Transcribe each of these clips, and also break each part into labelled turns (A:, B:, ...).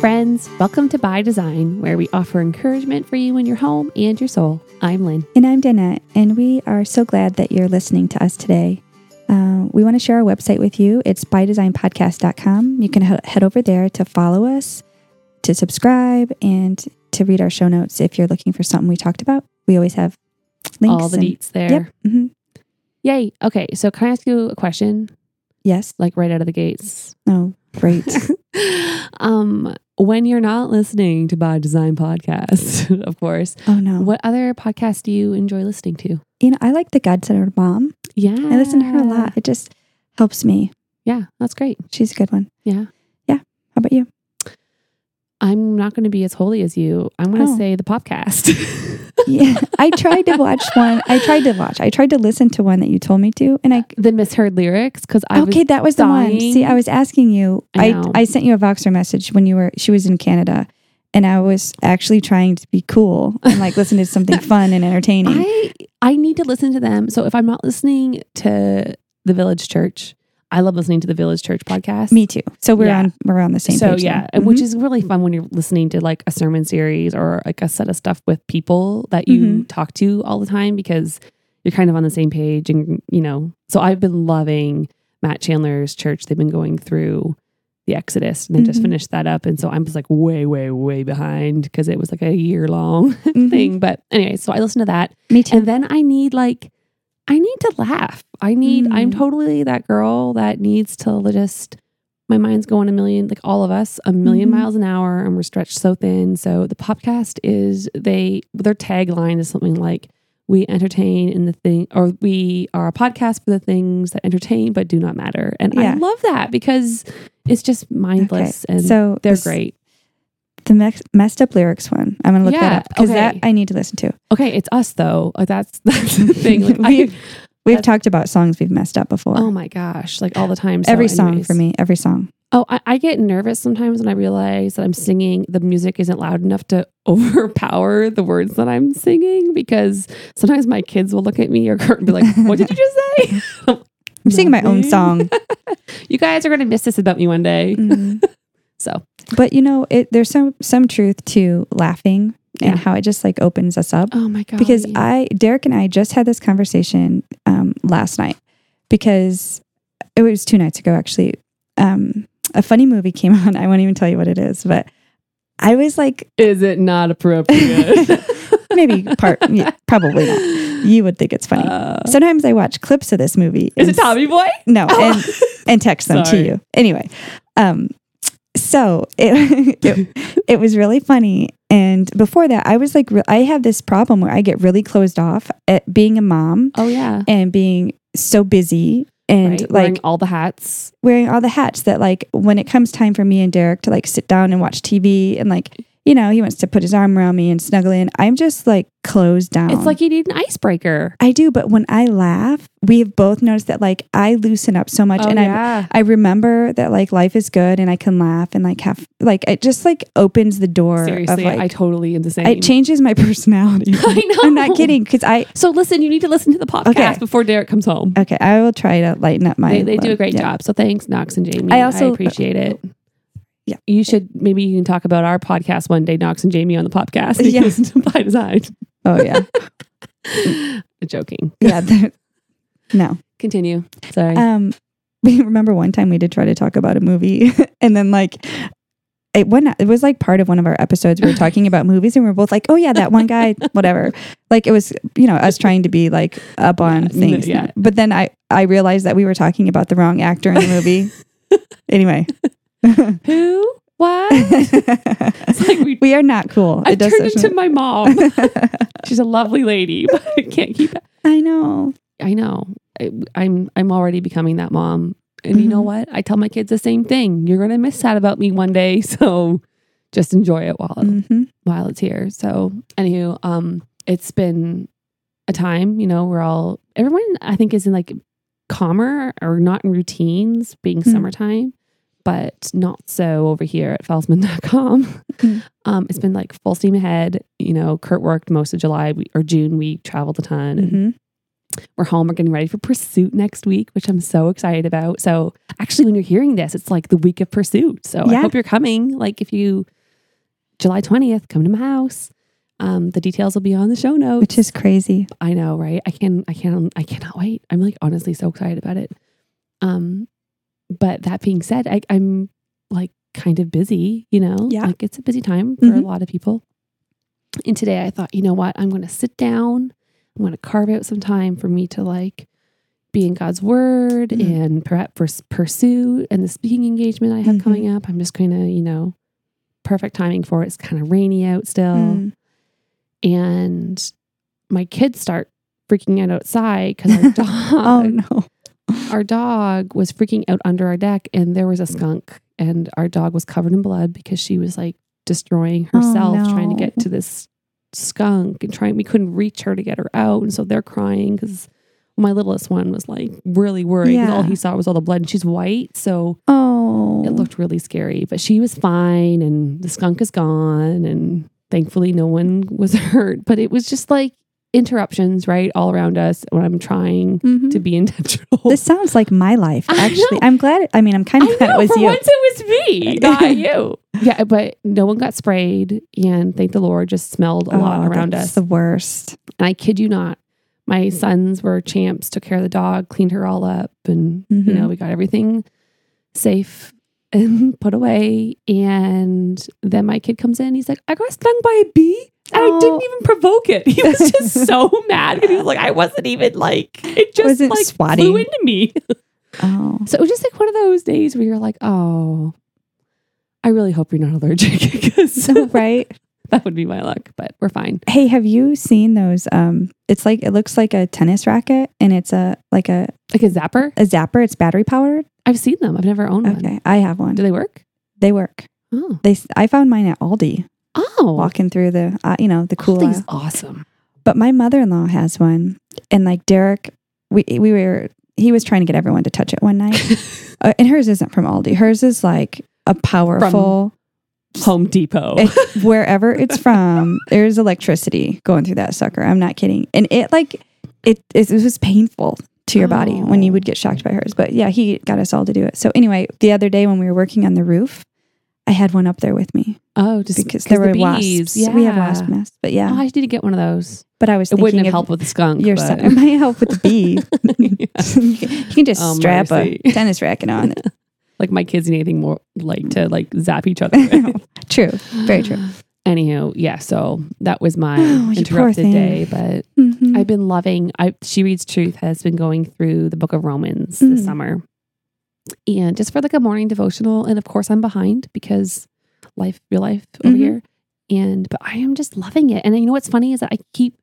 A: friends. Welcome to By Design, where we offer encouragement for you in your home and your soul. I'm Lynn.
B: And I'm Dinette, and we are so glad that you're listening to us today. Uh, we want to share our website with you. It's bydesignpodcast.com. You can he- head over there to follow us, to subscribe, and to read our show notes if you're looking for something we talked about. We always have links.
A: All the
B: and-
A: deets there.
B: Yep. hmm
A: Yay. Okay. So, can I ask you a question,
B: Yes.
A: like right out of the gates?
B: Oh, great.
A: um, when you're not listening to By Design podcast, of course,
B: oh, no.
A: what other podcasts do you enjoy listening to?
B: You know, I like the God Centered Mom.
A: Yeah.
B: I listen to her a
A: Ah.
B: lot. It just helps me.
A: Yeah. That's great.
B: She's a good one.
A: Yeah.
B: How about you?
A: I'm not going to be as holy as you. I'm going to
B: Oh.
A: say the podcast.
B: Yeah. I tried to watch one. I tried to watch. I tried to listen to one that you told me to, and I
A: the misheard lyrics because I was
B: okay, that was the one. See,
A: dying.
B: I was asking you.
A: I
B: I,
A: know.
B: I sent you a Voxer message when you were she was in Canada, and I was actually trying to be cool and like listen to something fun and entertaining.
A: I I need to listen to them. So if I'm not listening to the Village Church, I love listening to the Village Church podcast.
B: Me too. So we're
A: Yeah.
B: on we're on the same.
A: so
B: page
A: yeah,
B: there.
A: and which
B: Mhm.
A: is really fun when you're listening to like a sermon series or like a set of stuff with people that you
B: Mhm.
A: talk to all the time because you're kind of on the same page and you know. So I've been loving Matt Chandler's church. They've been going through the Exodus and they just
B: Mhm.
A: finished that up. And so I'm just like way, way, way behind because it was like a year long
B: Mhm.
A: thing. But anyway, so I listen to that.
B: Me too.
A: And then I need like I need to laugh. I need I'm
B: Mm.
A: totally that girl that needs to just my mind's going a million like all of us a 1000000
B: Mhm.
A: miles an hour and we're stretched so thin. So the podcast is they their tagline is something like we entertain in the thing or we are a podcast for the things that entertain but do not matter. And I
B: Yeah.
A: love that because it's just mindless and
B: so
A: they're
B: this-
A: great.
B: The mex- messed up lyrics one. I'm gonna look
A: Yeah,
B: that up because that
A: okay.
B: I need to listen to.
A: Okay, it's us though. Like that's that's the thing. Like, I-
B: We've- We've
A: That's-
B: talked about songs we've messed up before.
A: oh my gosh, like all the time. So
B: every song
A: anyways.
B: for me. Every song.
A: Oh, I, I get nervous sometimes when I realize that I'm singing, the music isn't loud enough to overpower the words that I'm singing because sometimes my kids will look at me or and be like, What did you just say?
B: I'm singing my own
A: Nothing.
B: song.
A: You guys are going to miss this about me one day.
B: Mhm.
A: So,
B: But you know, it, there's some some truth to laughing
A: Yeah.
B: and how it just like opens us up.
A: oh my God.
B: because I Derek and I just had this conversation um, last night because it was two nights ago actually. Um, a funny movie came on. I won't even tell you what it is, but I was like,
A: Is it not appropriate?
B: maybe part, yeah, probably not. You would think it's funny.
A: Uh,
B: Sometimes I watch clips of this movie.
A: is
B: and
A: it Tommy Boy?
B: no,
A: Oh.
B: and and text them
A: Sorry.
B: to you. Anyway, um, so it, it it was really funny. And before that, I was like, re- I have this problem where I get really closed off at being a mom
A: Oh, yeah.
B: and being so busy
A: Right?
B: and like
A: Wearing all the hats.
B: wearing all the hats that like when it comes time for me and Derek to like sit down and watch TV and like you know he wants to put his arm around me and snuggle in. I'm just like closed down.
A: It's like you need an icebreaker.
B: I do, but when I laugh, we have both noticed that like I loosen up so much
A: Oh,
B: and I'm
A: yeah.
B: I remember that like life is good and I can laugh and like have like it just like opens the door
A: Seriously,
B: of like
A: I totally am the same.
B: it changes my personality.
A: I know.
B: I'm not kidding because I
A: So listen, you need to listen to the podcast
B: Okay.
A: before Derek comes home.
B: okay I will try to lighten up my.
A: They, they do a great
B: yeah.
A: job. So thanks, Knox and Jamie.
B: I
A: I
B: also- uh,
A: appreciate it.
B: Yeah.
A: You should maybe you can talk about our podcast one day, Knox and Jamie on the podcast.
B: Yeah.
A: Because by design.
B: Oh yeah,
A: Joking.
B: yeah. the- no.
A: Continue. Sorry.
B: Um, we remember one time we did try to talk about a movie and then like. It, one, it was like part of one of our episodes. We were talking about movies, and we were both like, "Oh yeah, that one guy, whatever." Like it was, you know, us trying to be like up on
A: Yeah, no,
B: things.
A: yeah.
B: But then I, I realized that we were talking about the wrong actor in the movie. anyway,
A: Who? What? It's like we.
B: we are not cool.
A: I turned
B: social-
A: into my mom. She's a lovely lady, but I can't keep.
B: I know.
A: I know. I, I'm. I'm already becoming that mom. And you know
B: Mhm.
A: what? I tell my kids the same thing. You're gonna miss out about me one day, so just enjoy it while
B: hmm
A: while it's here. So, anywho, um, it's been a time. You know, we're all everyone. I think is in like calmer or not in routines, being
B: Hmm.
A: summertime, but not so over here at Felsman.com.
B: Hmm.
A: um, it's been like full steam ahead. You know, Kurt worked most of July we, or June. We traveled a ton, and
B: hmm
A: we're home. We're getting ready for Pursuit next week, which I'm so excited about. So actually, when you're hearing this, it's like the week of Pursuit. So I
B: Yeah.
A: hope you're coming. Like if you July 20th, come to my house. Um, the details will be on the show notes.
B: which is crazy.
A: I know, right? I can, I can, I cannot wait. I'm like honestly so excited about it. Um, but that being said, I, I'm like kind of busy, you know.
B: Yeah.
A: like it's a busy time for
B: Mhm.
A: a lot of people. And today I thought, you know what? I'm going to sit down. I'm going to carve out some time for me to like be in God's Word
B: Mhm.
A: and prep for s- pursuit and the speaking engagement I have
B: Mhm.
A: coming up. I'm just going to, you know, perfect timing for it. It's kind of rainy out still
B: Mm.
A: and my kids start freaking out outside because our dog,
B: Oh no.
A: our dog was freaking out under our deck, and there
B: Mm.
A: was a skunk, and our dog was covered in blood because she was like destroying
B: Oh,
A: herself trying to get
B: no.
A: to this skunk and trying we couldn't reach her to get her out, and so they're crying because my littlest one was like really worried 'cause all
B: Yeah.
A: he saw was all the blood, and she's white, so
B: Oh.
A: it looked really scary, but she was fine and the skunk is gone and thankfully no one was hurt. But it was just like interruptions, right? All around us when I'm trying
B: Mhm.
A: to be intentional.
B: This sounds like my life.
A: I know.
B: Actually, I'm glad. I mean, I'm kind
A: I
B: of glad
A: know,
B: it was
A: for
B: you.
A: once it was me, not you. Yeah, but no one got sprayed and thank the Lord just smelled a lot
B: Oh,
A: around
B: that's
A: us.
B: The worst.
A: and I kid you not, my
B: Hmm.
A: sons were champs, took care of the dog, cleaned her all up, and you
B: Mhm.
A: know, we got everything safe and put away. And then my kid comes in, he's like, I got stung by a bee. And I
B: Oh.
A: didn't even provoke it. He was just so mad because he was like, I wasn't even like it just
B: Wasn't
A: like
B: swatting.
A: flew into me.
B: Oh.
A: So it was just like one of those days where you're like, oh, I really hope you're not allergic because
B: So right.
A: that would be my luck. But we're fine.
B: Hey, have you seen those? Um, it's like it looks like a tennis racket, and it's a like a
A: Like a zapper,
B: a zapper. It's battery powered.
A: I've seen them. I've never owned one.
B: Okay, I have one.
A: Do they work?
B: They work.
A: Oh,
B: They. s- I found mine at Aldi,
A: oh,
B: walking through the uh, you know the cool.
A: Aldi's
B: aisle.
A: awesome.
B: But my mother in law has one, and like Derek, we we were he was trying to get everyone to touch it one night, Uh, and hers isn't from Aldi. Hers is like a powerful
A: Home Depot.
B: it- wherever it's from. There's electricity going through that sucker. I'm not kidding, and it like it it, it was painful to your body when you
A: Oh.
B: would get shocked by hers. But yeah, he got us all to do it. So anyway, the other day when we were working on the roof. I had one up there with me
A: Oh, just
B: because there were
A: the
B: wasps.
A: bees.
B: We have wasp nests, but yeah.
A: Oh, I need to get one of those.
B: but I was
A: It
B: thinking
A: wouldn't have
B: of
A: helped with the skunk.
B: your
A: but-
B: son. It might help with the bee. you can just
A: Oh,
B: strap
A: mercy.
B: a tennis racket on.
A: like my kids need anything more like to like zap each other. with.
B: true. Very true.
A: Anywho, yeah. So that was my
B: Oh, you poor
A: interrupted
B: thing.
A: day, but
B: Mhm.
A: I've been loving. I she reads truth has been going through the book of Romans this
B: Mm.
A: summer, and just for like a morning devotional. And of course, I'm behind because life, real life over
B: Mhm.
A: here. And but I am just loving it. And you know what's funny is that I keep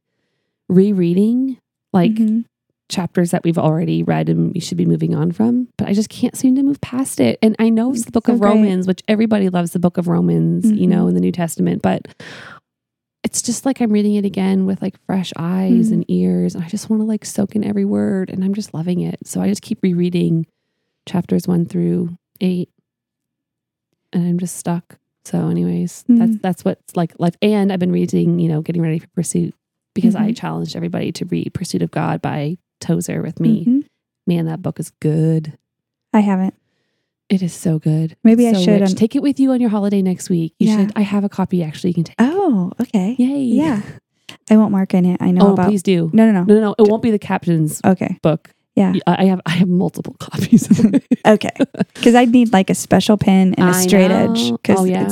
A: rereading like
B: Mhm.
A: chapters that we've already read and we should be moving on from, but I just can't seem to move past it. And I know it's the book
B: So
A: of
B: great.
A: Romans, which everybody loves the book of Romans, you know,
B: Mhm.
A: in the New Testament, but it's just like I'm reading it again with like fresh eyes
B: Mm.
A: and ears. And I just want to like soak in every word and I'm just loving it. So I just keep rereading chapters one through eight and I'm just stuck. So anyways,
B: Mm-hmm.
A: that's, that's what's like life. And I've been reading, you know, getting ready for pursuit because
B: Mm-hmm.
A: I challenged everybody to read Pursuit of God by Tozer with me.
B: Mhm.
A: Man, that book is good.
B: I haven't.
A: It is so good.
B: Maybe I
A: So
B: should,
A: rich.
B: um,
A: take it with you on your holiday next week. You
B: Yeah.
A: should. I have a copy actually. You can take.
B: Oh, okay.
A: Yay!
B: Yeah. I won't mark in it. I know
A: oh,
B: about.
A: please do.
B: No, no, no.
A: No, no, no. It won't be the captain's
B: Okay.
A: book.
B: Yeah.
A: I I have. I have multiple copies. of it.
B: Okay. Because I'd need like a special pen and a
A: I
B: straight edge.
A: know.
B: Because
A: Oh, yeah.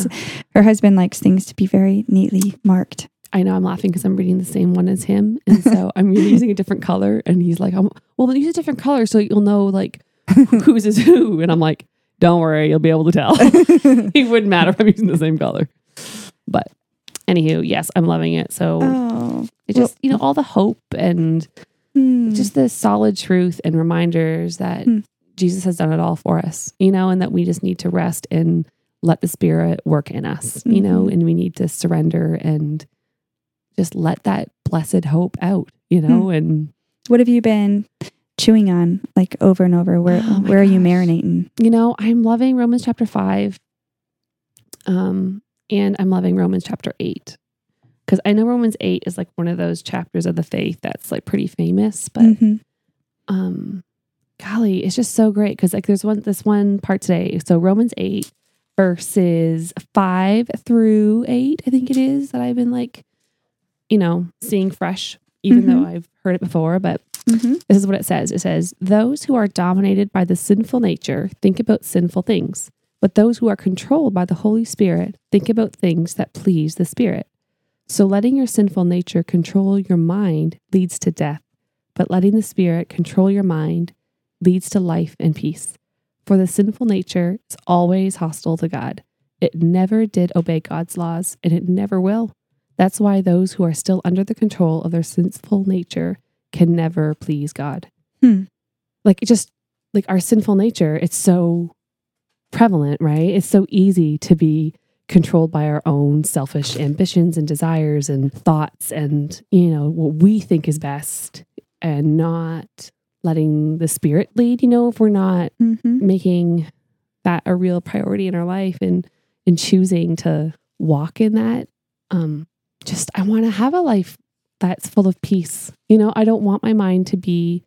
B: her husband likes things to be very neatly marked.
A: I know. I'm laughing because I'm reading the same one as him, and so I'm really using a different color. And he's like, "Um, "Well, use a different color so you'll know like whose is who." And I'm like, "Don't worry, you'll be able to tell." it wouldn't matter if I'm using the same color. But anywho, yes, I'm loving it. So
B: oh.
A: it just you know all the hope and
B: Hmm.
A: just the solid truth and reminders that
B: Hmm.
A: Jesus has done it all for us. You know, and that we just need to rest and let the Spirit work in us. You know,
B: Mhm.
A: and we need to surrender and just let that blessed hope out. You know, and
B: What have you been chewing on like over and over? Where
A: Oh, my
B: where are you
A: gosh.
B: marinating?
A: you know, I'm loving Romans chapter five. Um, and I'm loving Romans chapter eight. Because I know Romans 8 is like one of those chapters of the faith that's like pretty famous, but
B: Mhm.
A: um golly it's just so great because like there's one this one part today so romans 8 verses 5 through 8 i think it is that i've been like you know seeing fresh even though i've heard it before but
B: Mhm.
A: this is what it says it says those who are dominated by the sinful nature think about sinful things but those who are controlled by the holy spirit think about things that please the spirit so letting your sinful nature control your mind leads to death but letting the spirit control your mind leads to life and peace for the sinful nature is always hostile to god it never did obey god's laws and it never will that's why those who are still under the control of their sinful nature can never please God.
B: Hmm.
A: Like it just like our sinful nature, it's so prevalent, right? It's so easy to be controlled by our own selfish ambitions and desires and thoughts and, you know, what we think is best and not letting the spirit lead, you know, if we're not
B: Mhm.
A: making that a real priority in our life and and choosing to walk in that um just i want to have a life that's full of peace you know i don't want my mind to be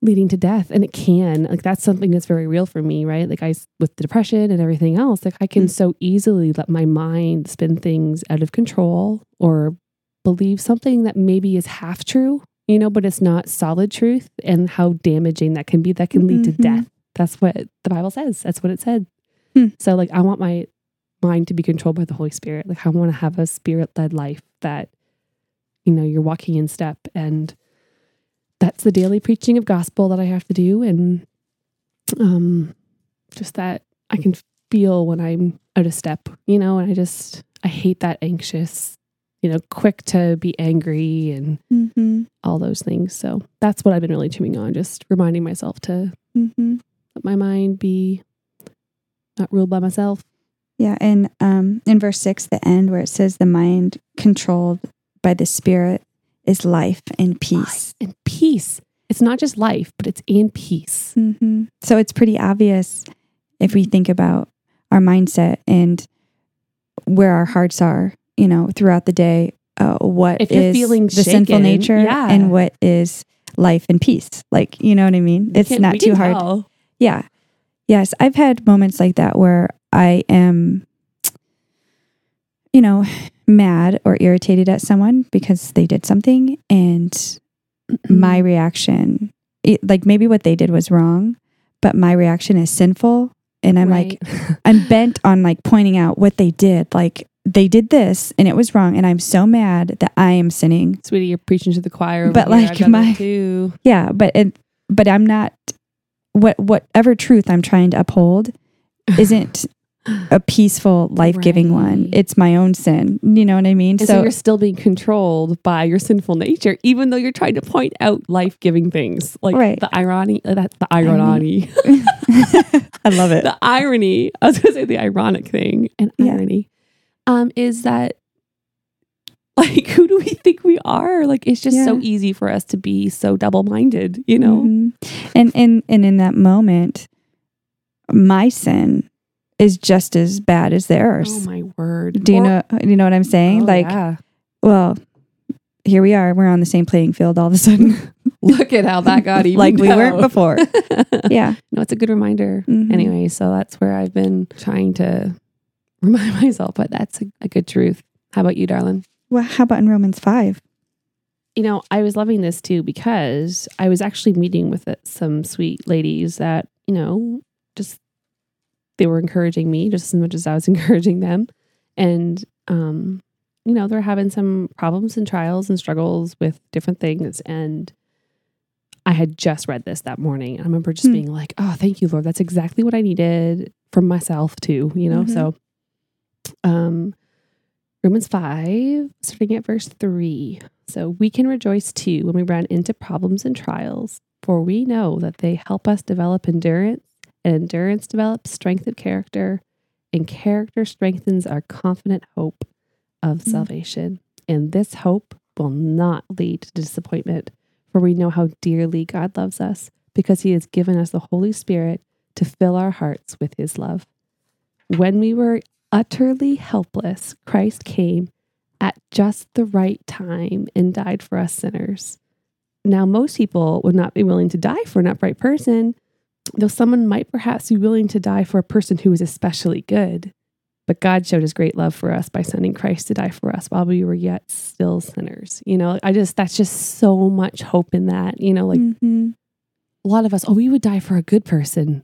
A: leading to death and it can like that's something that's very real for me right like i s- with the depression and everything else like i can
B: Mm.
A: so easily let my mind spin things out of control or believe something that maybe is half true you know but it's not solid truth and how damaging that can be that can lead
B: Mhm.
A: to death that's what the bible says that's what it said
B: Hmm.
A: so like i want my mind to be controlled by the holy spirit like i want to have a spirit led life that you know you're walking in step and that's the daily preaching of gospel that i have to do and um just that i can feel when i'm out of step you know and i just i hate that anxious you know quick to be angry and
B: Mhm.
A: all those things so that's what i've been really chewing on just reminding myself to
B: Mhm.
A: let my mind be not ruled by myself
B: Yeah, and um, in verse six, the end where it says, "The mind controlled by the spirit is life and peace."
A: and peace it's not just life but it's in peace
B: hmm So it's pretty obvious if we think about our mindset and where our hearts are, you know, throughout the day. Uh, what
A: If you're
B: is
A: feeling
B: the sinful
A: shaken,
B: nature
A: yeah.
B: and what is life and peace? Like, you know what I mean?
A: We
B: It's
A: can-
B: not
A: we
B: too
A: can
B: hard.
A: tell.
B: Yeah. Yes. I've had moments like that where I am, you know, mad or irritated at someone because they did something and my reaction, it, like maybe what they did was wrong, but my reaction is sinful. And I'm like,
A: Right.
B: I'm bent on like pointing out what they did. Like they did this and it was wrong. And I'm so mad that I am sinning.
A: sweetie, you're preaching to the choir. over
B: But,
A: here. I've
B: like,
A: done that
B: my-
A: too.
B: Yeah. But, it, but I'm not, what, whatever truth I'm trying to uphold isn't a peaceful, life giving one.
A: Right.
B: It's my own sin. You know what I mean?
A: And so, you're still being controlled by your sinful nature, even though you're trying to point out life-giving things, like
B: Right.
A: the irony. uh, That the
B: mean-
A: irony,
B: I love it.
A: the irony. I was going to say the ironic thing and
B: Yeah.
A: irony, um, is that like who do we think we are? Like it's just so
B: Yeah.
A: easy for us to be so double-minded, you know?
B: Mhm. And and and in that moment, my sin is just as bad as
A: Oh
B: theirs.
A: my word!
B: do you
A: Or-
B: know? You know what I'm
A: Oh,
B: saying? like,
A: yeah.
B: well, here we are. We're on the same playing field all of a sudden,
A: look at how that got even
B: like we weren't
A: down.
B: before. yeah.
A: No, it's a good reminder.
B: Mhm.
A: Anyway, so that's where I've been trying to remind myself, but that's a, a good truth. How about you, darling?
B: Well, how about in Romans five?
A: You know, I was loving this too because I was actually meeting with uh, some sweet ladies that, you know, just they were encouraging me just as much as I was encouraging them. And, um, you know, they're having some problems and trials and struggles with different things. And I had just read this that morning. I remember just
B: Hmm.
A: being like, oh, thank you, Lord. That's exactly what I needed from myself, too, you know?
B: Mhm.
A: So, um, Romans 5, starting at verse 3. So we can rejoice too when we run into problems and trials, for we know that they help us develop endurance, and endurance develops strength of character, and character strengthens our confident hope of
B: Mm.
A: salvation. And this hope will not lead to disappointment, for we know how dearly God loves us because he has given us the Holy Spirit to fill our hearts with his love. When we were utterly helpless, Christ came at just the right time and died for us sinners. Now, most people would not be willing to die for an upright person, though someone might perhaps be willing to die for a person who is especially good. But God showed his great love for us by sending Christ to die for us while we were yet still sinners. You know, I just, that's just so much hope in that. You know, like
B: Mhm.
A: a lot of us, oh, we would die for a good person,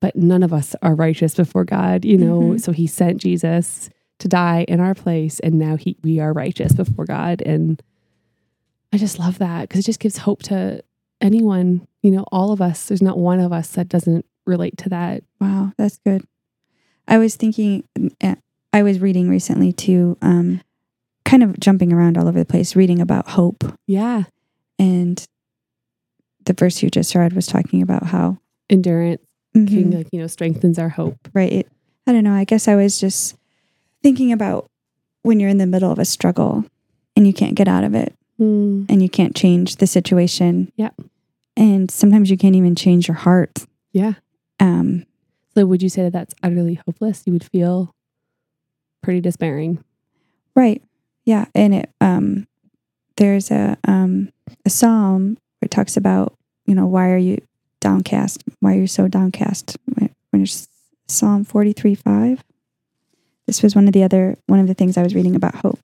A: but none of us are righteous before God, you know.
B: Mhm.
A: So he sent Jesus to die in our place, and now he we are righteous before God. And I just love that because it just gives hope to anyone, you know, all of us. There's not one of us that doesn't relate to that.
B: Wow, that's good. I was thinking, uh, I was reading recently too, um, kind of jumping around all over the place, reading about hope.
A: Yeah.
B: And the verse you just read was talking about how,
A: Endurance,
B: Mhm.
A: King, like, you know, strengthens our hope.
B: right? It, I don't know. I guess I was just thinking about when you're in the middle of a struggle and you can't get out of it
A: Mm.
B: and you can't change the situation.
A: Yeah.
B: And sometimes you can't even change your heart.
A: Yeah.
B: Um,
A: So would you say that that's utterly hopeless? You would feel pretty despairing.
B: Right. Yeah. And it um there's a um a psalm where it talks about, you know, why are you downcast? Why are you so downcast? When when it's Psalm forty three five. This was one of the other one of the things I was reading about hope.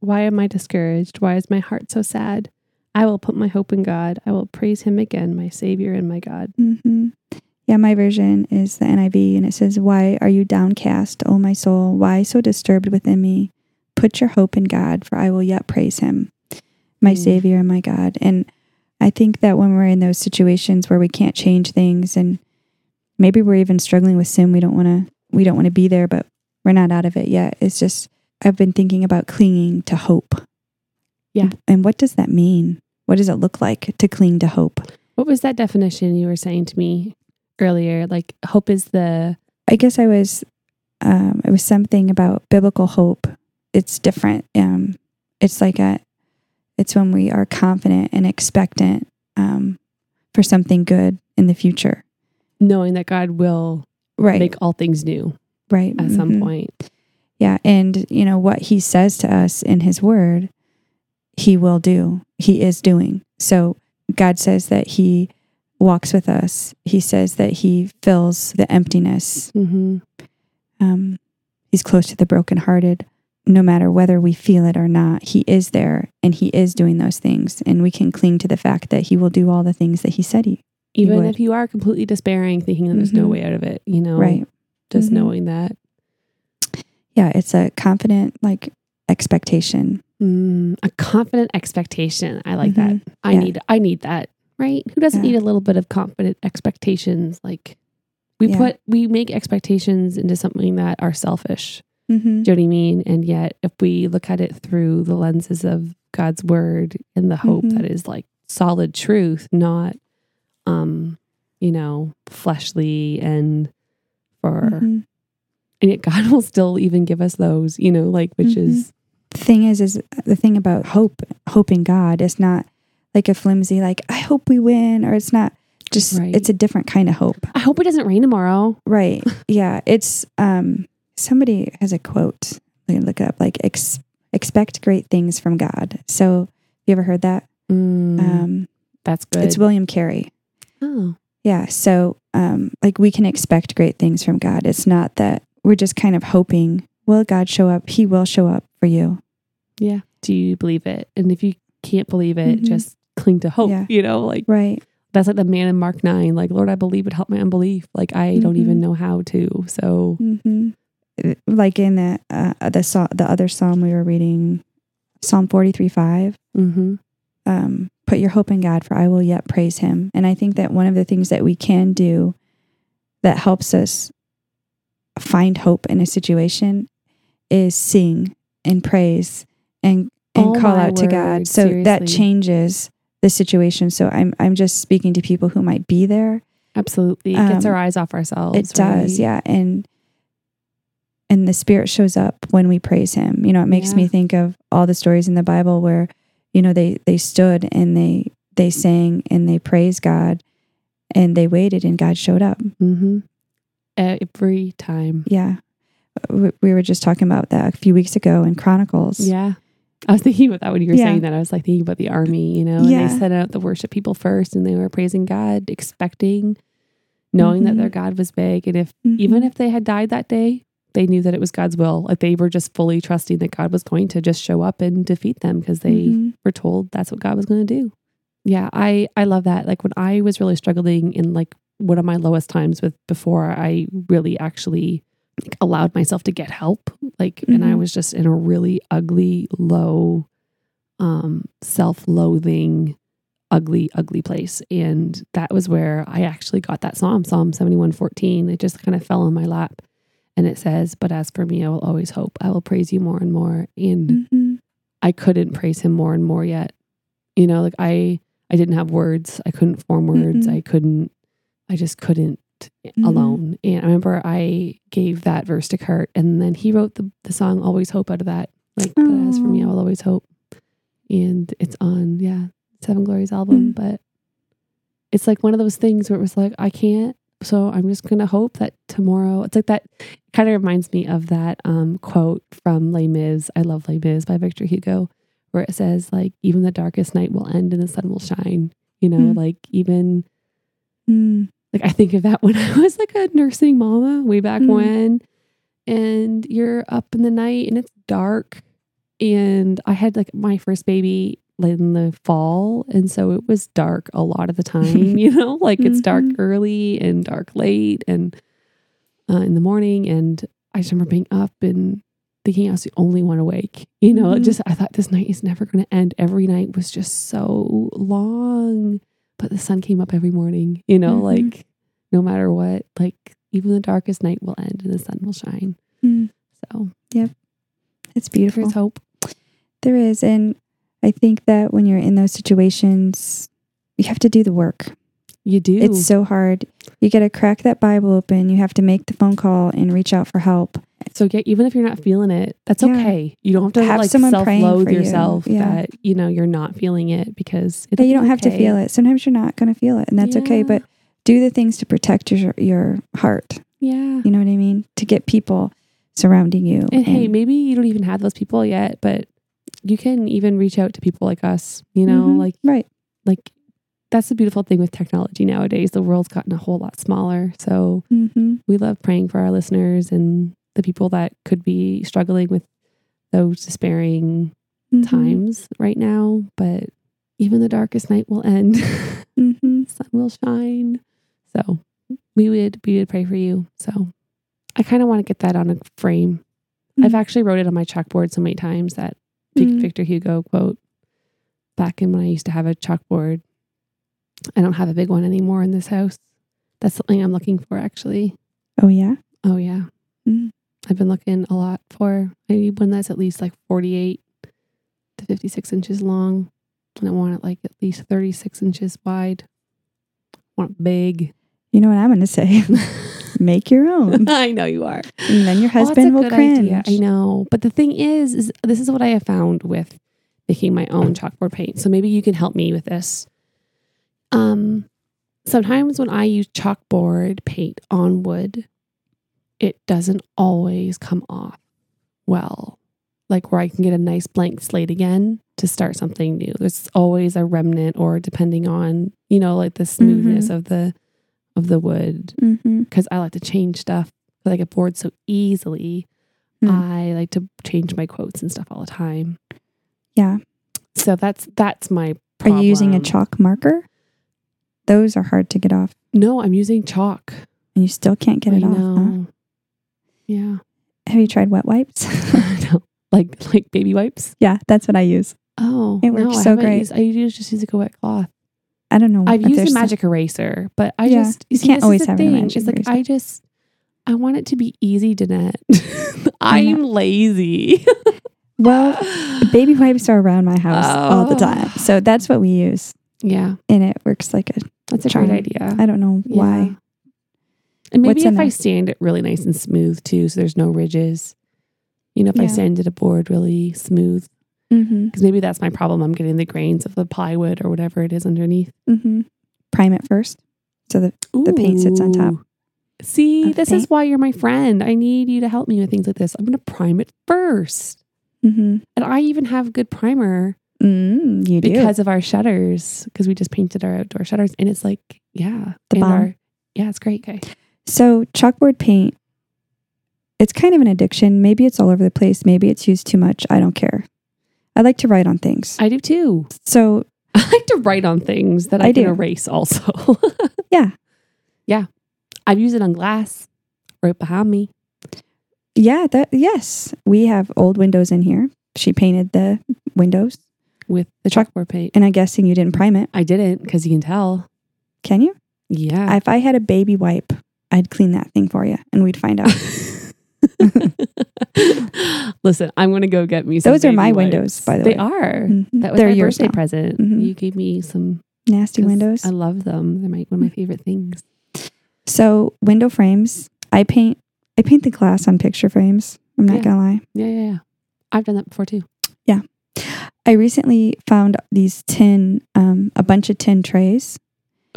A: Why am I discouraged? Why is my heart so sad? I will put my hope in God. I will praise him again, my Savior and my God.
B: hmm Yeah, my version is the NIV, and it says, Why are you downcast, O my soul? Why so disturbed within me? Put your hope in God, for I will yet praise him, my
A: Mm.
B: Savior and my God. And I think that when we're in those situations where we can't change things and maybe we're even struggling with sin, we don't want to we don't want to be there, but we're not out of it yet. It's just I've been thinking about clinging to hope.
A: Yeah.
B: And what does that mean? What does it look like to cling to hope?
A: What was that definition you were saying to me earlier? Like, hope is the.
B: I guess I was, um, it was something about biblical hope. It's different. Um, it's like a, it's when we are confident and expectant um, for something good in the future.
A: Knowing that God will
B: Right.
A: make all things new
B: right.
A: at some
B: Mhm.
A: point.
B: Yeah. And, you know, what he says to us in his word, he will do. He is doing. So God says that he walks with us, he says that he fills the emptiness
A: Mm-hmm.
B: Um, he's close to the brokenhearted. No matter whether we feel it or not, he is there and he is doing those things. And we can cling to the fact that he will do all the things that he said he,
A: Even
B: would.
A: if you are completely despairing, thinking that there's no
B: Mhm.
A: way out of it, you know,
B: right?
A: just
B: Mhm.
A: knowing that.
B: Yeah, it's a confident, like, expectation.
A: Mm, a confident expectation. I like that.
B: Mhm.
A: I
B: Yeah.
A: need I need that, right? Who doesn't
B: Yeah.
A: need a little bit of confident expectations? Like we
B: Yeah.
A: put we make expectations into something that are selfish.
B: Mhm.
A: Do you know what I mean? And yet if we look at it through the lenses of God's word and the hope
B: Mhm.
A: that is like solid truth, not um, you know, fleshly and for
B: Mhm.
A: and yet God will still even give us those, you know, like which is
B: The thing is, is the thing about hope, hope in God is not like a flimsy, like, I hope we win, or it's not just,
A: Right.
B: it's a different kind of hope.
A: I hope it doesn't rain tomorrow.
B: Right. Yeah. It's um somebody has a quote. I can look it up. Like ex- expect great things from God. So you ever heard that?
A: Mm,
B: Um,
A: that's good.
B: it's William Carey.
A: oh.
B: Yeah. So um, like we can expect great things from God. It's not that we're just kind of hoping. Will God show up? He will show up for you.
A: Yeah. Do you believe it? And if you can't believe it,
B: Mhm.
A: just cling to hope.
B: Yeah.
A: You know, like
B: Right.
A: that's like the man in Mark 9, like, Lord, I believe, but help my unbelief. Like, I don't
B: Mhm.
A: even know how to. So,
B: Mm-hmm. Like in the uh, the psa- the other psalm we were reading, Psalm forty three five.
A: mhm.
B: um, put your hope in God, for I will yet praise him. And I think that one of the things that we can do that helps us find hope in a situation is sing and praise and and
A: Oh
B: call
A: my
B: out to God.
A: word,
B: So that
A: seriously.
B: changes the situation. So I'm I'm just speaking to people who might be there.
A: absolutely. It gets
B: Um,
A: our eyes off ourselves.
B: it
A: right?
B: does, yeah. And and the spirit shows up when we praise him. You know, it makes
A: Yeah.
B: me think of all the stories in the Bible where, you know, they they stood and they they sang and they praised God and they waited and God showed up.
A: Mhm. Every time.
B: Yeah. We, we were just talking about that a few weeks ago in Chronicles.
A: Yeah. I was thinking about that when you were
B: Yeah.
A: saying that. I was like thinking about the army, you know, and
B: Yeah.
A: they sent out the worship people first and they were praising God, expecting, knowing
B: Mhm.
A: that their God was big. And if
B: Mm-hmm.
A: even if they had died that day, they knew that it was God's will. Like they were just fully trusting that God was going to just show up and defeat them because they
B: Mhm.
A: were told that's what God was going to do. Yeah, I I love that. Like when I was really struggling in like one of my lowest times with before I really actually like, allowed myself to get help, like and I
B: Mhm.
A: was just in a really ugly, low um self-loathing ugly ugly place and that was where I actually got that psalm psalm 71:14 it just kind of fell in my lap and it says but as for me I will always hope I will praise you more and more and
B: Mhm.
A: I couldn't praise him more and more yet. You know, like I I didn't have words. I couldn't form words.
B: Mhm.
A: I couldn't I just couldn't eh,
B: Mhm.
A: alone. And I remember I gave that verse to Kurt and then he wrote the, the song Always Hope out of that. Like but as for me, I
B: Aw.
A: will always hope. And it's on, yeah, Seven Glories album. But it's like one of those things where it was like, I can't so I'm just gonna hope that tomorrow it's like that kind of reminds me of that um, quote from Les Mis, I love Les Mis by Victor Hugo, where it says like even the darkest night will end and the sun will shine. You know,
B: Mm.
A: like even
B: Mm.
A: like I think of that when I was like a nursing mama way back
B: Mm.
A: when, and you're up in the night and it's dark, and I had like my first baby late in the fall, and so it was dark a lot of the time. you know, like it's dark
B: Mhm.
A: early and dark late and uh, in the morning, and I just remember being up and thinking I was the only one awake. You know, it
B: Mhm.
A: just I thought this night is never going to end. Every night was just so long, but the sun came up every morning. You know,
B: Mhm.
A: like no matter what, like even the darkest night will end and the sun will shine.
B: Mm.
A: So
B: It's beautiful.
A: There's hope.
B: There is. And I think that when you're in those situations, you have to do the work.
A: You do.
B: It's so hard. You got to crack that Bible open. You have to make the phone call and reach out for help.
A: So yeah, even if you're not feeling it, that's
B: Yeah.
A: okay. You don't have to
B: Have
A: like
B: someone praying
A: self-loathe
B: for you.
A: yourself
B: Yeah.
A: that you know you're not feeling it because
B: But you don't have to feel it. Sometimes you're not going to feel it, and that's okay.
A: Yeah.
B: But do the things to protect your your heart.
A: Yeah.
B: You know what I mean? To get people surrounding you.
A: And hey, maybe you don't even have those people yet, but you can even reach out to people like us. You know,
B: Mhm.
A: like
B: right.
A: like that's the beautiful thing with technology nowadays. The world's gotten a whole lot smaller, so
B: hmm
A: we love praying for our listeners and the people that could be struggling with those despairing
B: Mm-hmm.
A: times right now. But even the darkest night will end, the
B: hmm
A: sun will shine. So we would we would pray for you. So I kind of want to get that on a frame. I've
B: Mm.
A: actually wrote it on my chalkboard so many times that Vic-
B: Mm.
A: Victor Hugo quote back in when I used to have a chalkboard. I don't have a big one anymore in this house. That's something I'm looking for actually.
B: Oh yeah.
A: Oh yeah.
B: Mm.
A: I've been looking a lot for I need one that's at least like 48 to 56 inches long. And I want it like at least 36 inches wide. I want it big.
B: You know what I'm going to say? make your own,
A: I know you are.
B: and then your
A: Well, that's
B: husband
A: a
B: will
A: good
B: cringe.
A: idea. I know. But the thing is, is this is what I have found with making my own chalkboard paint. So maybe you can help me with this. Um, sometimes when I use chalkboard paint on wood, it doesn't always come off well. Like where I can get a nice blank slate again to start something new. There's always a remnant, or depending on you know, like the
B: Mm-hmm.
A: smoothness of the of the wood
B: Mhm.
A: because I like to change stuff because I get bored so easily.
B: Hmm.
A: I like to change my quotes and stuff all the time.
B: Yeah.
A: So that's that's my.
B: Are you using a
A: problem.
B: chalk marker? Those are hard to get off,
A: No, I'm using chalk.
B: and you still can't get
A: I
B: it off. Huh?
A: know. Yeah.
B: Have you tried wet wipes?
A: No. Like like baby wipes.
B: yeah, that's what I use.
A: Oh,
B: It
A: no,
B: works
A: I
B: so
A: haven't
B: great.
A: Used, I usually just use like a wet cloth.
B: I don't know.
A: I've
B: if
A: used
B: there's
A: a
B: some-
A: magic eraser, but I
B: Yeah,
A: just
B: you
A: see,
B: can't
A: this is
B: always
A: the
B: have a
A: thing.
B: magic
A: It's like
B: eraser.
A: I just I want it to be easy, Danette.
B: I
A: I'm lazy.
B: Well, baby wipes are around my house all the
A: Oh.
B: time, so that's what we use,
A: Yeah,
B: and it works like a.
A: that's a
B: Charm.
A: great idea.
B: I don't know
A: Yeah.
B: why.
A: And maybe
B: What's in
A: if I
B: that?
A: sand it really nice and smooth too, so there's no ridges. You know, if I
B: Yeah.
A: sanded a board really smooth,
B: Mm-hmm.
A: because maybe that's my problem. I'm getting the grains of the plywood or whatever it is underneath.
B: Mm-hmm. Prime it first, so the The paint sits on top.
A: Ooh. See,
B: Of the
A: this is
B: paint.
A: why you're my friend. I need you to help me with things like this. I'm going to prime it first.
B: Mm-hmm.
A: And I even have good primer
B: Mm, you do.
A: because of our shutters, because we just painted our outdoor shutters. And it's like, yeah.
B: The
A: and
B: bomb.
A: our- yeah, it's great. Okay.
B: So chalkboard paint, it's kind of an addiction. Maybe it's all over the place. Maybe it's used too much. I don't care. I like to write on things.
A: I do too.
B: So
A: I like to write on things that I,
B: I
A: can
B: do.
A: erase also.
B: Yeah.
A: Yeah. I've used it on glass right behind me.
B: yeah, that yes, we have old windows in here. She painted the windows,
A: with the chalkboard paint.
B: and I'm guessing you didn't prime it.
A: I didn't because you can tell.
B: Can you?
A: Yeah.
B: If I had a baby wipe, I'd clean that thing for you, and we'd find out.
A: Listen, I'm going to go get me some.
B: Those are my
A: baby
B: windows,
A: wipes.
B: by the way.
A: They are.
B: Mhm.
A: That was
B: They're
A: my
B: yours
A: birthday
B: now.
A: present.
B: Mhm.
A: You gave me some.
B: Nasty
A: 'cause
B: windows. Mm.
A: I love them. They're my, one of my favorite things.
B: so window frames, I paint. I paint the glass on picture frames. I'm not
A: Yeah.
B: gonna lie.
A: Yeah, yeah, yeah. I've done that before too.
B: I recently found these tin, um, a bunch of tin trays,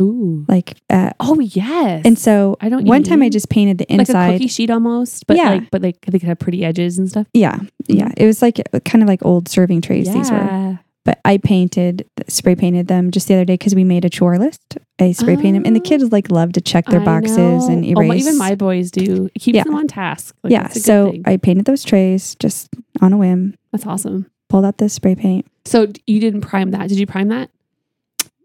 A: Ooh.
B: like at,
A: Oh yes.
B: and so
A: I don't.
B: one
A: even
B: time I
A: need-
B: just painted the
A: like a
B: inside.
A: cookie sheet almost, but
B: Yeah.
A: like but like they could have pretty edges and stuff.
B: yeah, yeah, it was like kind of like old serving trays. These were,
A: Mm. Yeah.
B: but I painted, spray painted them just the other day because we made a chore list. I spray paint them, and the
A: Oh.
B: kids like love to check their
A: I
B: boxes
A: know.
B: and
A: Oh, my-
B: erase.
A: even my boys do. It keeps
B: Yeah.
A: them on task. Like,
B: yeah,
A: that's a good
B: so
A: thing.
B: I painted those trays just on a whim.
A: that's awesome.
B: Pulled out the spray paint.
A: So d- you didn't prime that. Did you prime that?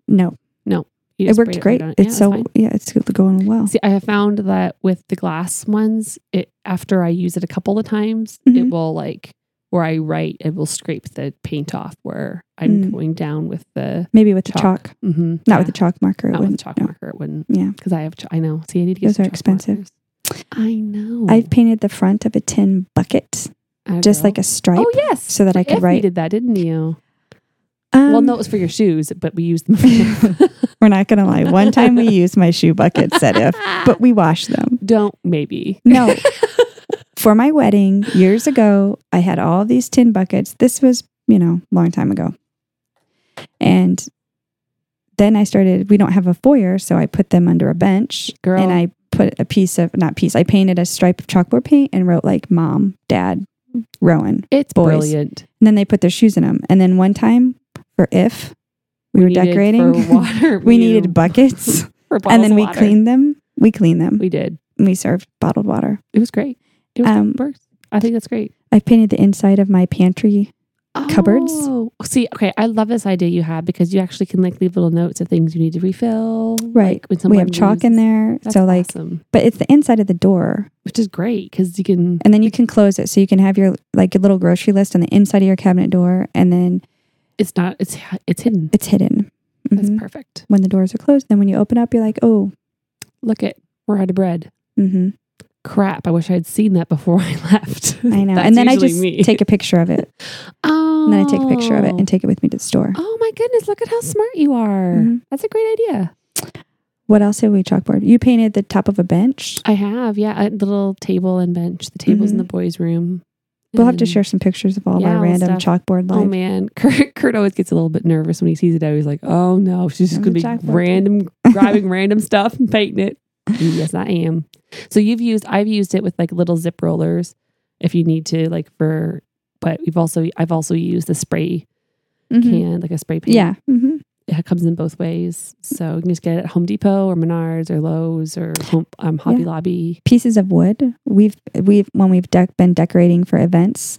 B: No,
A: You
B: it
A: just
B: worked
A: sprayed
B: great.
A: right on it. Yeah,
B: it's so
A: fine.
B: yeah, it's going well.
A: See, I have found that with the glass ones, it after I use it a couple of times, it
B: Mhm.
A: will like where I write, it will scrape the paint off where I'm
B: Mm.
A: going down with the
B: Maybe with the
A: Chalk.
B: chalk,
A: mm-hmm,
B: not with the chalk marker. it
A: not with the
B: wouldn't-
A: chalk
B: no.
A: marker. It wouldn't.
B: Yeah.
A: because I have. Ch- I know. See, I need to get
B: Those
A: some
B: are
A: chalk
B: expensive.
A: markers. I know.
B: I've painted the front of a tin bucket, just like a stripe,
A: oh yes,
B: so that I could
A: If You
B: write.
A: did that, didn't you?
B: Um,
A: well, no, it was for your shoes, but we used them. For
B: we're not gonna lie. One time we used my shoe bucket set if, but we washed them.
A: don't maybe.
B: No, for my wedding years ago, I had all these tin buckets. This was you know a long time ago, and then I started. We don't have a foyer, so I put them under a bench,
A: Girl,
B: and I put a piece of not piece. I painted a stripe of chalkboard paint and wrote like mom, dad, Rowan.
A: it's
B: boys.
A: brilliant.
B: And then they put their shoes in them. And then one time for if we, were
A: needed
B: decorating,
A: for water.
B: we
A: you-
B: needed buckets
A: for
B: and
A: bottles
B: then
A: of
B: we
A: water.
B: cleaned them. We cleaned them.
A: We did.
B: and we served bottled water.
A: It was great. It was
B: Um,
A: the worst. I think that's great.
B: I painted the inside of my pantry. cupboards?
A: Oh, see, okay, I love this idea you have because you actually can like leave little notes of things you need to refill.
B: Right.
A: like, when
B: we
A: someone
B: have chalk in
A: leaves.
B: there.
A: That's
B: so like,
A: awesome.
B: but it's the inside of the door.
A: which is great because you can.
B: And then you can close it. So you can have your, like your little grocery list on the inside of your cabinet door. And then
A: It's not. It's it's hidden.
B: it's hidden.
A: That's
B: Mhm.
A: perfect.
B: When the doors are closed, then when you open up, you're like, oh,
A: Look it. We're out of bread.
B: mm-hmm.
A: Crap! I wish I had seen that before I left.
B: I know.
A: That's
B: and then I
A: usually
B: just
A: me.
B: take a picture of it.
A: Oh.
B: And then I take a picture of it and take it with me to the store.
A: Oh my goodness! Look at how smart you are.
B: Mhm.
A: That's a great idea.
B: What else have we chalkboard? You painted the top of a bench.
A: I have, yeah, a little table and bench. The table's in
B: Mhm.
A: the boys' room.
B: We'll have to
A: And-
B: share some pictures of all
A: Mm. Yeah,
B: our
A: all
B: random chalkboard
A: Oh
B: life.
A: man, Kurt, Kurt always gets a little bit nervous when he sees it. He's like, "Oh no, she's just
B: I'm
A: gonna
B: the
A: be
B: jackpot."
A: random grabbing random stuff and painting it." yes, I am. So you've used, I've used it with like little zip rollers if you need to, like for. But we've also, I've also used the spray
B: Mhm.
A: can, like a spray paint.
B: Yeah. hmm
A: it comes in both ways. So you can just get it at Home Depot or Menards or Lowe's or Home, um, Hobby
B: Yeah.
A: Lobby.
B: Pieces of wood. We've we've when we've dec been decorating for events,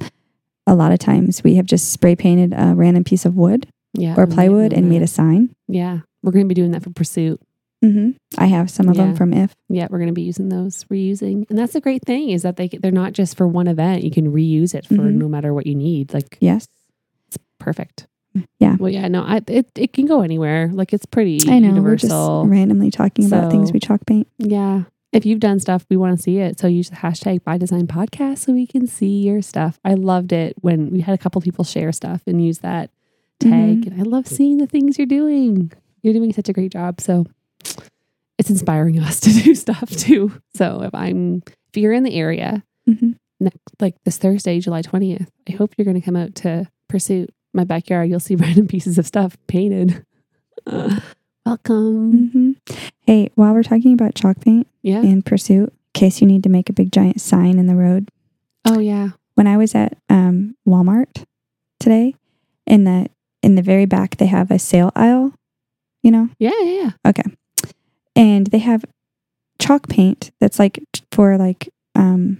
B: a lot of times we have just spray painted a random piece of wood
A: Yeah,
B: or plywood and made a sign.
A: Yeah, we're going to be doing that for Pursuit.
B: hmm I have some of them
A: Yeah.
B: from If.
A: Yeah, we're going to be using those reusing, and that's the great thing is that they they're not just for one event. You can reuse it for
B: Mhm.
A: no matter what you need. Like
B: Yes.
A: perfect.
B: Yeah.
A: Well, yeah, no, I it it can go anywhere. Like it's pretty
B: I know.
A: universal.
B: We're just randomly talking about things
A: So-
B: we chalk paint.
A: Yeah. If you've done stuff, we want to see it. So use the hashtag by design podcast so we can see your stuff. I loved it when we had a couple people share stuff and use that tag.
B: Mhm.
A: And I love seeing the things you're doing. You're doing such a great job. So it's inspiring us to do stuff too. So if I'm if you're in the area,
B: hmm
A: like this Thursday, July 20th, I hope you're gonna come out to Pursuit my backyard. You'll see random pieces of stuff painted. Uh, welcome.
B: hmm Hey, while we're talking about chalk paint
A: Yeah.
B: and pursuit, in case you need to make a big giant sign in the road,
A: Oh yeah.
B: When I was at um, Walmart today, in the in the very back they have a sale aisle, you know,
A: Yeah, yeah, yeah.
B: and they have chalk paint that's like t- for like um,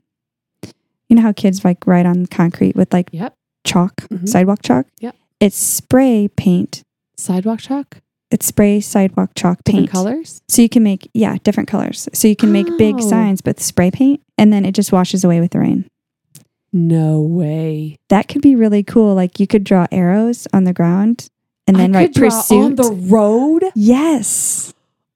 B: you know how kids like ride on concrete with like
A: Yep.
B: chalk,
A: Mhm.
B: sidewalk chalk.
A: Yep.
B: It's spray paint.
A: Sidewalk chalk,
B: It's spray sidewalk chalk
A: different
B: paint.
A: colors.
B: So you can make yeah, different colors. So you can make
A: Oh.
B: big signs with spray paint and then it just washes away with the rain.
A: No way.
B: That could be really cool. Like you could draw arrows on the ground and then
A: I
B: write
A: could draw on
B: pursuit.
A: the road.
B: yes.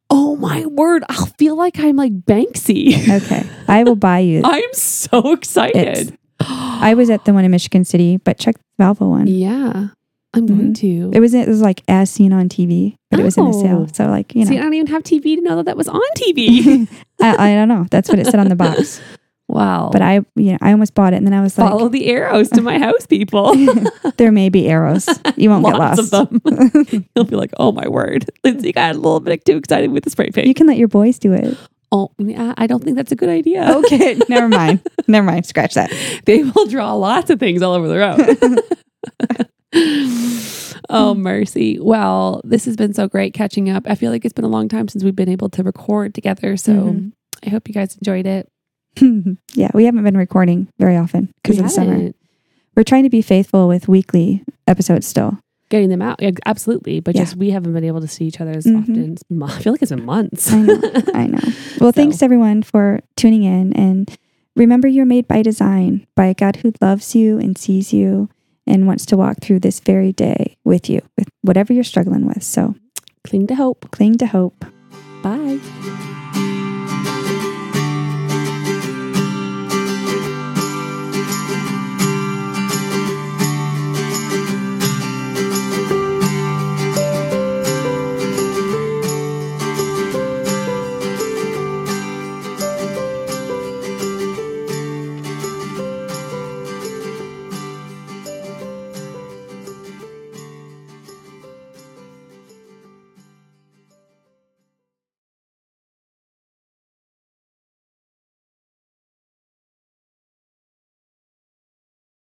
A: Oh my word! I'll feel like I'm like Banksy.
B: Okay. I will buy you.
A: I'm so
B: It's-
A: excited.
B: I was at the one in Michigan City, but check the Valvo one.
A: yeah. I'm going to.
B: It was it was like as seen on TV, but it was in the
A: Oh.
B: sale. So like, you
A: See, I
B: know.
A: don't even have TV to know that that was on TV.
B: I, I don't know. That's what it said on the box.
A: wow.
B: But I you know, I almost bought it and then I was like
A: follow the arrows to my house, people.
B: there may be arrows. You won't get
A: Lots
B: lost.
A: of them. You'll be like, oh my word, Lindsay got a little bit too excited with the spray paint.
B: You can let your boys do it.
A: oh, yeah, I don't think that's a good idea.
B: Okay, never mind. Never mind. Scratch that.
A: they will draw lots of things all over the road. oh mercy. Well, this has been so great catching up. I feel like it's been a long time since we've been able to record together. So
B: Mhm.
A: I hope you guys enjoyed it.
B: yeah, we haven't been recording very often because
A: Mm-hmm. We
B: of the summer.
A: haven't.
B: We're trying to be faithful with weekly episodes still.
A: Getting them out. Yeah, absolutely. But
B: Yeah.
A: just we haven't been able to see each other as
B: Mhm.
A: often. It's mo- I feel like it's been months.
B: I know. I know. Well,
A: So-
B: thanks everyone for tuning in and remember you're made by design by a God who loves you and sees you and wants to walk through this very day with you with whatever you're struggling with. So
A: Cling to hope.
B: cling to hope.
A: Bye.